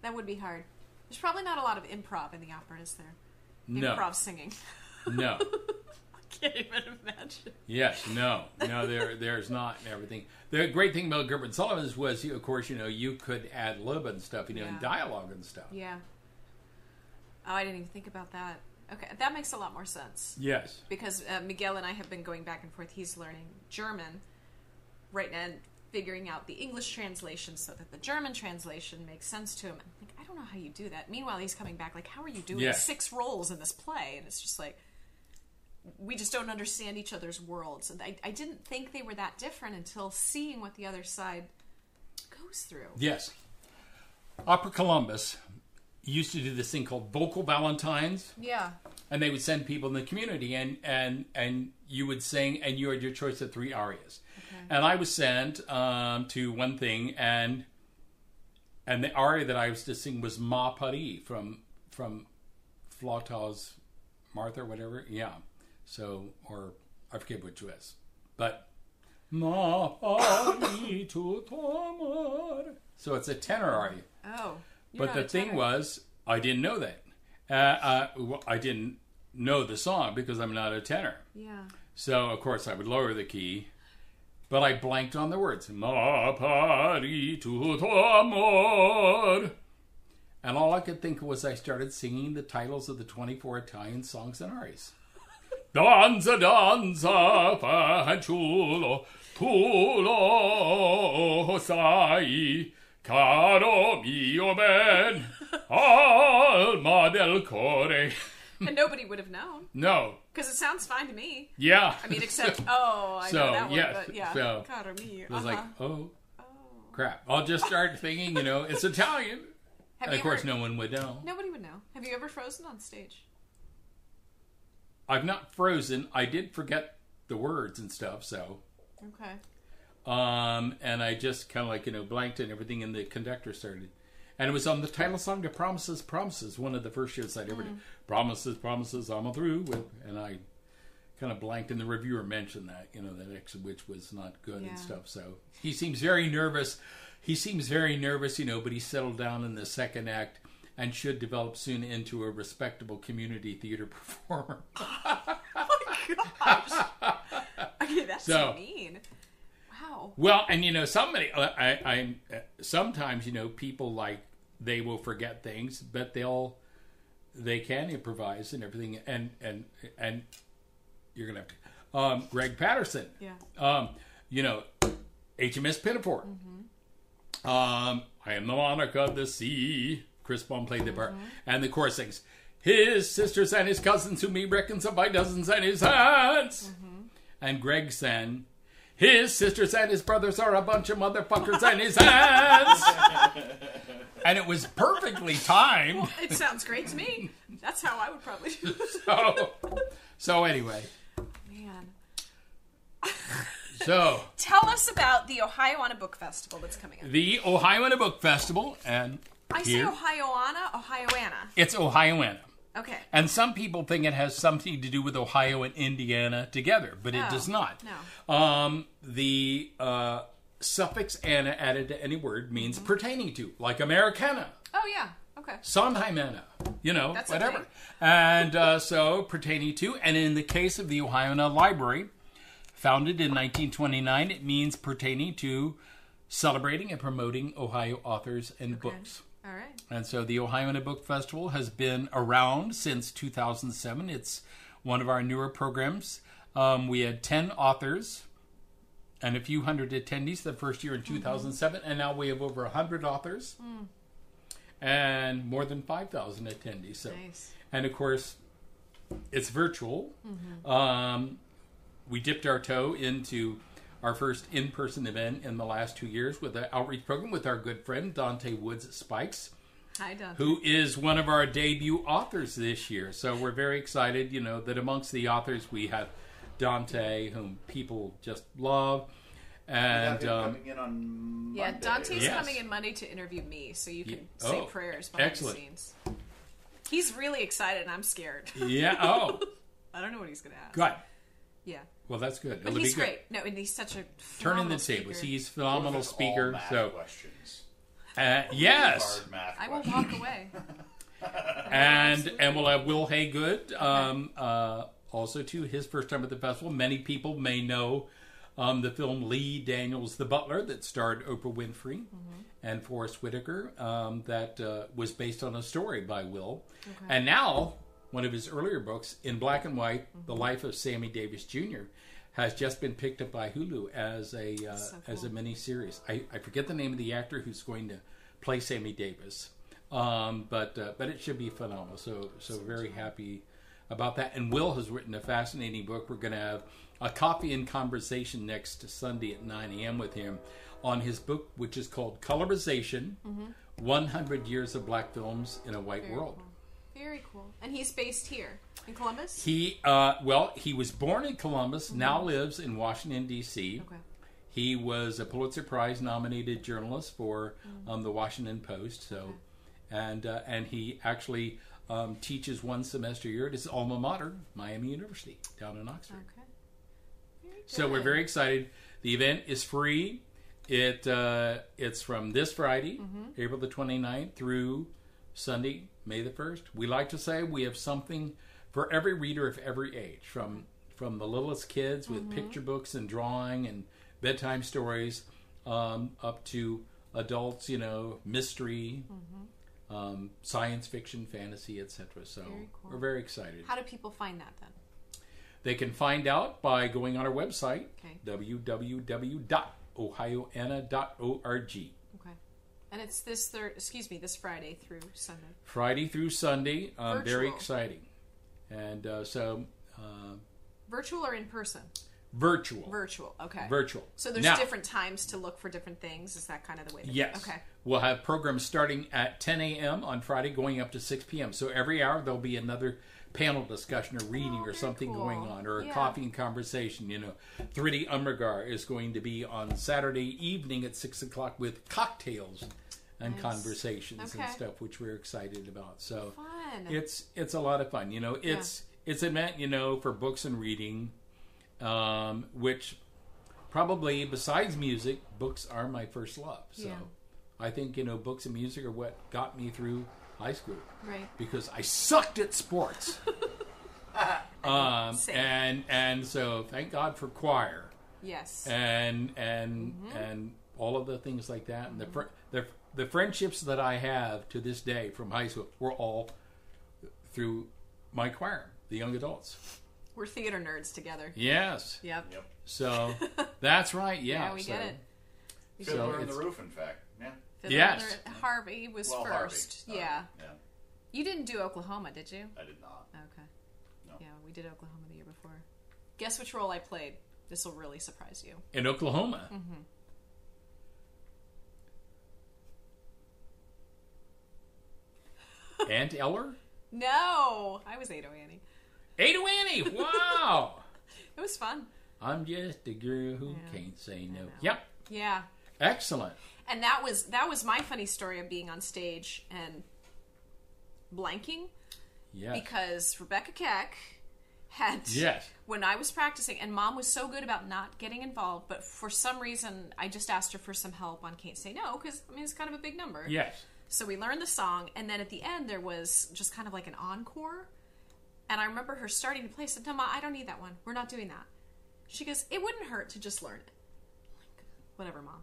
S1: That would be hard. There's probably not a lot of improv in the opera, is there?
S2: No.
S1: Improv singing.
S2: No.
S1: I can't even imagine.
S2: Yes. No. No. There. There's not and everything. The great thing about Gilbert and Sullivan's was, you- of course, you know, you could add lib and stuff, you know, and
S1: Yeah.
S2: dialogue and stuff.
S1: Yeah. Oh, I didn't even think about that. Okay, that makes a lot more sense.
S2: Yes.
S1: because uh, Miguel and I have been going back and forth. He's learning German right now, and figuring out the English translation so that the German translation makes sense to him. I'm like, I don't know how you do that. Meanwhile, he's coming back like, how are you doing
S2: Yeah.
S1: six roles in this play? And it's just like, we just don't understand each other's worlds. And I, I didn't think they were that different until seeing what the other side goes through.
S2: Yes. Opera Columbus used to do this thing called vocal valentines.
S1: Yeah.
S2: and they would send people in the community and and and you would sing and you had your choice of three arias and i was sent um, to one thing and and the aria that i was to sing was ma paris from from flautas martha or whatever yeah so or i forget which was but ma paris to tomar so it's a tenor aria
S1: Oh. You're
S2: but
S1: not
S2: the
S1: a
S2: thing
S1: tenor.
S2: was, I didn't know that. Uh, uh, well, I didn't know the song because I'm not a tenor.
S1: Yeah.
S2: So, of course, I would lower the key. But I blanked on the words. Ma pari tu amor. And all I could think was I started singing the titles of the 24 Italian songs and arias. Danza, danza, fanciullo, tu lo sai, caro mio ben, alma del core.
S1: And nobody would have known
S2: No,
S1: because it sounds fine to me.
S2: yeah.
S1: I mean, except oh, I
S2: so,
S1: know that one,
S2: yes,
S1: but yeah,
S2: so,
S1: Caro mio.
S2: I was
S1: uh-huh.
S2: like, oh, crap. I'll just start thinking, you know, it's Italian.
S1: Have
S2: And
S1: you
S2: of course,
S1: ever-
S2: no one would know.
S1: nobody would know. Have you ever frozen on stage?
S2: I've not frozen. I did forget the words and stuff, so
S1: Okay,
S2: Um, and I just kind of like, you know, blanked and everything, and the conductor started. And it was on the title song to Promises, Promises, one of the first shows I'd ever did. Promises, Promises, I'm a through with. And I kind of blanked, and the reviewer mentioned that, you know, that ex which was not good
S1: Yeah.
S2: and stuff. So he seems very nervous. He seems very nervous, you know, but he settled down in the second act and should develop soon into a respectable community theater performer.
S1: Oh Okay, that's
S2: So-
S1: mean. Wow.
S2: Well, and you know, somebody, uh, I, I, I sometimes you know, people like they will forget things, but they'll they can improvise and everything, and and and you're gonna have to, um, Greg Patterson,
S1: Yeah.
S2: um, you know, HMS Pinafore, um, I am the monarch of the sea. Chris Baum played the part, and the chorus sings. His sisters and his cousins, whom he reckons up by dozens and his hands. And Greg sang, his sisters and his brothers are a bunch of motherfuckers and his hands. and it was perfectly timed.
S1: Oh, It sounds great to me. That's how I would probably do it.
S2: So, so anyway,
S1: Man.
S2: so
S1: Tell us about the Ohioana Book Festival that's coming up.
S2: the Ohioana Book Festival, and
S1: I say
S2: here-
S1: Ohioana, Ohioana.
S2: it's Ohioana.
S1: Okay.
S2: And some people think it has something to do with Ohio and Indiana together, but it
S1: Oh,
S2: does not.
S1: no.
S2: Um, the uh, suffix "ana" added to any word means
S1: Mm-hmm.
S2: pertaining to, like Americana.
S1: Oh yeah. Okay.
S2: Sondheimana, you know,
S1: That's a
S2: whatever.
S1: thing.
S2: And uh, so pertaining to, and in the case of the Ohioana Library, founded in 1929, it means pertaining to celebrating and promoting Ohio authors and books.
S1: All right.
S2: And so the Ohioana Book Festival has been around since 2007. It's one of our newer programs. Um, we had 10 authors and a few hundred attendees the first year in 2007, and now we have over 100 authors and more than 5,000 attendees. So,
S1: Nice.
S2: and of course, it's virtual. Um, we dipped our toe into our first in-person event in the last two years with an outreach program with our good friend Dante Woods at Spikes
S1: Hi, Don.
S2: who is one of our debut authors this year. So we're very excited, you know, that amongst the authors we have Dante, whom people just love, and
S3: Yeah,
S2: um,
S3: coming in on
S1: Yeah,
S3: Monday.
S1: Dante's
S2: Yes.
S1: coming in Monday to interview me, so you can
S2: Yeah.
S1: say
S2: Oh,
S1: prayers behind
S2: excellent.
S1: the scenes. He's really excited, and I'm scared.
S2: yeah, oh,
S1: I don't know what he's going to ask.
S2: good.
S1: Yeah,
S2: Well, that's good.
S1: but
S2: It'll
S1: he's
S2: be good.
S1: great. No, and he's such a
S2: Turning
S1: phenomenal
S2: the tables.
S1: speaker.
S2: He's a
S3: What if
S2: phenomenal
S3: it's all
S2: speaker.
S3: math
S2: So,
S3: questions.
S2: uh, yes,
S3: Hard math
S1: I will
S3: questions.
S1: walk away.
S2: and and we'll have Will Haygood um, uh, also too. His first time at the festival. Many people may know um, the film Lee Daniels the Butler that starred Oprah Winfrey and Forrest Whitaker. Um, that uh, was based on a story by Will, and now one of his earlier books in black and white, The Life of Sammy Davis Jr. Has just been picked up by Hulu as a uh,
S1: so
S2: as a
S1: cool.
S2: mini series. I, I forget the name of the actor who's going to play Sammy Davis, um, but uh, but it should be phenomenal. So so very happy about that. And Will has written a fascinating book. We're going to have a coffee and conversation next Sunday at 9 a.m. with him on his book, which is called Colorization: 100 Years of Black Films in a White
S1: Very
S2: World.
S1: cool. Very cool. And he's based here in Columbus.
S2: He uh, well, he was born in Columbus, now lives in Washington D.C.
S1: Mm-hmm. okay.
S2: He was a Pulitzer Prize nominated journalist for um, the Washington Post. So, and uh, and he actually um, teaches one semester a year at his alma mater, Miami University, down in Oxford.
S1: Okay. Very
S2: So we're
S1: good.
S2: very excited. The event is free. It uh, it's from this Friday,
S1: Mm-hmm.
S2: April the 29th through Sunday, May the 1st. We like to say we have something for every reader of every age, from from the littlest kids
S1: Mm-hmm.
S2: with picture books and drawing and bedtime stories, um, up to adults. You know, mystery, um, science fiction, fantasy, etc. So
S1: Mm-hmm. Very cool.
S2: we're very excited.
S1: How do people find that then?
S2: They can find out by going on our website,
S1: Okay.
S2: www.ohioanna.org.
S1: Okay. And it's this third, excuse me, this Friday through Sunday.
S2: Friday through Sunday, um, very
S1: Virtual.
S2: exciting. And uh, so, uh,
S1: Virtual or in person?
S2: virtual.
S1: Virtual. Okay.
S2: virtual.
S1: So there's
S2: Now,
S1: different times to look for different things. Is that kind of the way? that-
S2: Yes.
S1: Okay.
S2: We'll have programs starting at 10 a.m. on Friday, going up to 6 p.m. So every hour there'll be another panel discussion or reading
S1: Oh,
S2: or
S1: very
S2: something
S1: cool.
S2: going on or a
S1: Yeah.
S2: coffee and conversation. You know, 3D Umragar is going to be on Saturday evening at six o'clock with cocktails and
S1: Nice.
S2: conversations and
S1: Okay.
S2: stuff, which we're excited about. So
S1: Fun.
S2: it's it's a lot of fun. You know, it's it's a meant you know for books and reading, um, which probably besides music, books are my first love. So
S1: Yeah.
S2: I think you know books and music are what got me through high school
S1: Right.
S2: because I sucked at sports. um,
S1: Same.
S2: and and so thank God for choir
S1: Yes.
S2: and and
S1: Mm-hmm.
S2: and all of the things like that and the fr- the the friendships that I have to this day from high school were all through my choir, the young adults.
S1: We're theater nerds together.
S2: Yes.
S1: Yep.
S3: Yep.
S2: So that's right. Yeah.
S1: Yeah, we
S2: so,
S1: get it. We
S2: So
S3: Fiddler
S1: get
S3: on the
S2: it's-
S3: Roof, in fact. Yeah.
S1: Fiddler
S2: Yes.
S1: on the Roo- Harvey was
S3: Well,
S1: first.
S3: Harvey. Uh,
S1: yeah.
S3: yeah.
S1: You didn't do Oklahoma, did you?
S3: I did not.
S1: Okay.
S3: No.
S1: Yeah, we did Oklahoma the year before. Guess which role I played? This will really surprise you.
S2: In Oklahoma.
S1: Mm-hmm.
S2: Aunt Eller?
S1: No, I was Ado Annie.
S2: Ada Annie! Wow!
S1: It was fun.
S2: I'm just a girl who can't say no. Yep.
S1: Yeah.
S2: Excellent.
S1: And that was that was my funny story of being on stage and blanking
S2: Yeah.
S1: because Rebecca Keck had
S2: Yes.
S1: when I was practicing, and mom was so good about not getting involved, but for some reason, I just asked her for some help on Can't Say No, because, I mean, it's kind of a big number.
S2: Yes.
S1: So we learned the song, and then at the end, there was just kind of like an encore. And I remember her starting to play, I said, No, Ma, I don't need that one. We're not doing that. She goes, It wouldn't hurt to just learn it. Like, whatever, Mom.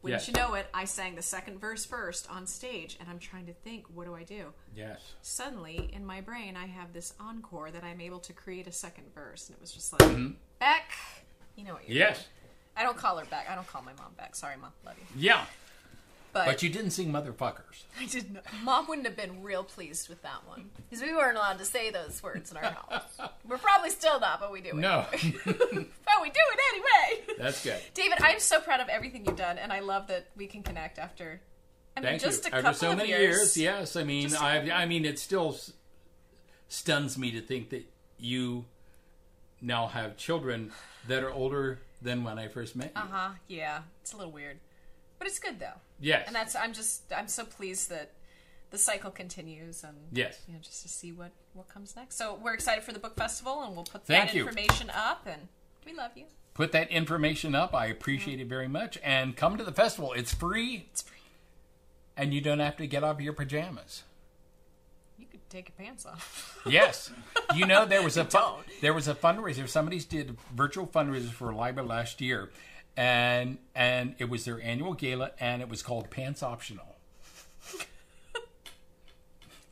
S1: Wouldn't
S2: Yes.
S1: you know it? I sang the second verse first on stage, and I'm trying to think, What do I do?
S2: Yes.
S1: suddenly in my brain I have this encore that I'm able to create a second verse, and it was just like
S2: Mm-hmm.
S1: Beck. You know what? You're
S2: Yes.
S1: doing. I don't call her Beck. I don't call my mom Beck. Sorry, mom. Love you.
S2: Yeah.
S1: But,
S2: But you didn't sing motherfuckers.
S1: I did not. Mom wouldn't have been real pleased with that one because we weren't allowed to say those words in our house. We're probably still not, but we do it.
S2: No.
S1: but we do it anyway.
S2: That's good.
S1: David, I'm so proud of everything you've done, and I love that we can connect after. I mean,
S2: Thank
S1: just
S2: you.
S1: a couple
S2: After so
S1: of
S2: many
S1: years.
S2: years, yes. I mean,
S1: Just a
S2: I
S1: couple-
S2: I mean, it still s- stuns me to think that you now have children that are older than when I first met you.
S1: Uh huh. Yeah, it's a little weird, but it's good though.
S2: Yes.
S1: and that's i'm just i'm so pleased that the cycle continues and
S2: yes.
S1: you know just to see what what comes next so we're excited for the book festival and we'll put
S2: Thank
S1: that
S2: you.
S1: information up and we love you
S2: Put that information up. I appreciate it very much. And come to the festival. It's free,
S1: it's free
S2: and you don't have to get out of your pajamas.
S1: you could take your pants off
S2: Yes. You know there was a fun,
S1: Don't.
S2: there was a fundraiser. Somebody did a virtual fundraiser for LIBA last year, and and it was their annual gala, and it was called Pants Optional.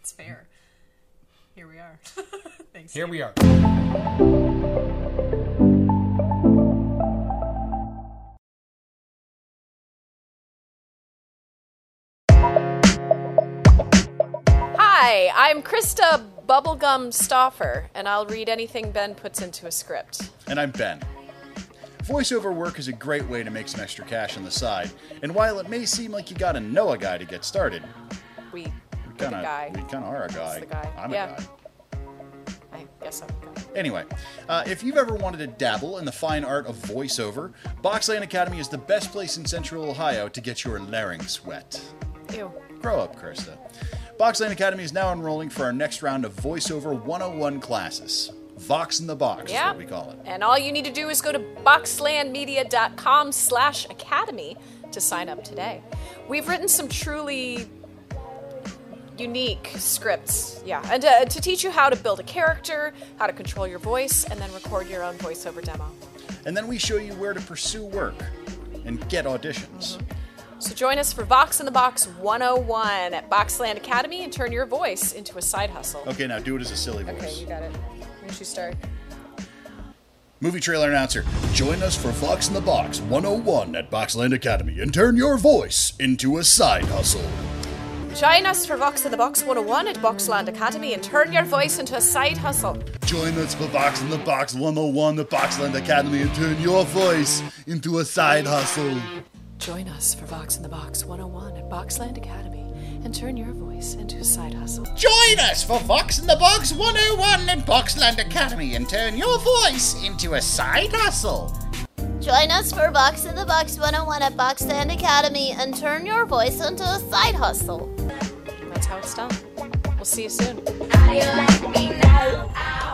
S1: it's fair here we are thanks
S2: Here we are.
S1: hi i'm krista bubblegum stoffer and i'll read anything ben puts into a script
S3: And I'm Ben. Voiceover work is a great way to make some extra cash on the side, and while it may seem like you gotta know a guy to get started,
S1: we
S3: we kinda, we kinda are a guy.
S1: the guy.
S3: I'm
S1: Yeah.
S3: a guy.
S1: i guess i'm a guy
S3: Anyway, uh, if you've ever wanted to dabble in the fine art of voiceover, Boxland Academy is the best place in central Ohio to get your larynx wet.
S1: ew
S3: Grow up, Krista. Boxland Academy is now enrolling for our next round of VoiceOver 101 classes. Vox in the Box
S1: Yeah.
S3: is what we call it.
S1: And all you need to do is go to boxlandmedia.com slash academy to sign up today. We've written some truly unique scripts, yeah, and uh, to teach you how to build a character, how to control your voice, and then record your own voiceover demo.
S3: And then we show you where to pursue work and get auditions.
S1: So join us for Vox in the Box 101 at Boxland Academy and turn your voice into a side hustle.
S3: Okay, now do it as a silly voice.
S1: Okay, you got it. When should you start?
S3: Movie trailer announcer, join us for Vox in the Box 101 at Boxland Academy and turn your voice into a side hustle.
S1: Join us for Vox in the Box 101 at Boxland Academy and turn your voice into a side hustle.
S3: Join us for Box in the Box 101 at Boxland Academy and turn your voice into a side hustle.
S1: Join us for Vox in the Box 101 at oh Boxland Academy and turn your voice into a side hustle.
S3: Join us for Vox in the Box 101 at Boxland Academy and turn your voice into a side hustle.
S4: Join us for Box in the Box 101 at Boxland Academy and turn your voice into a side hustle.
S1: That's how it's done. We'll see you soon.
S5: I like me now. I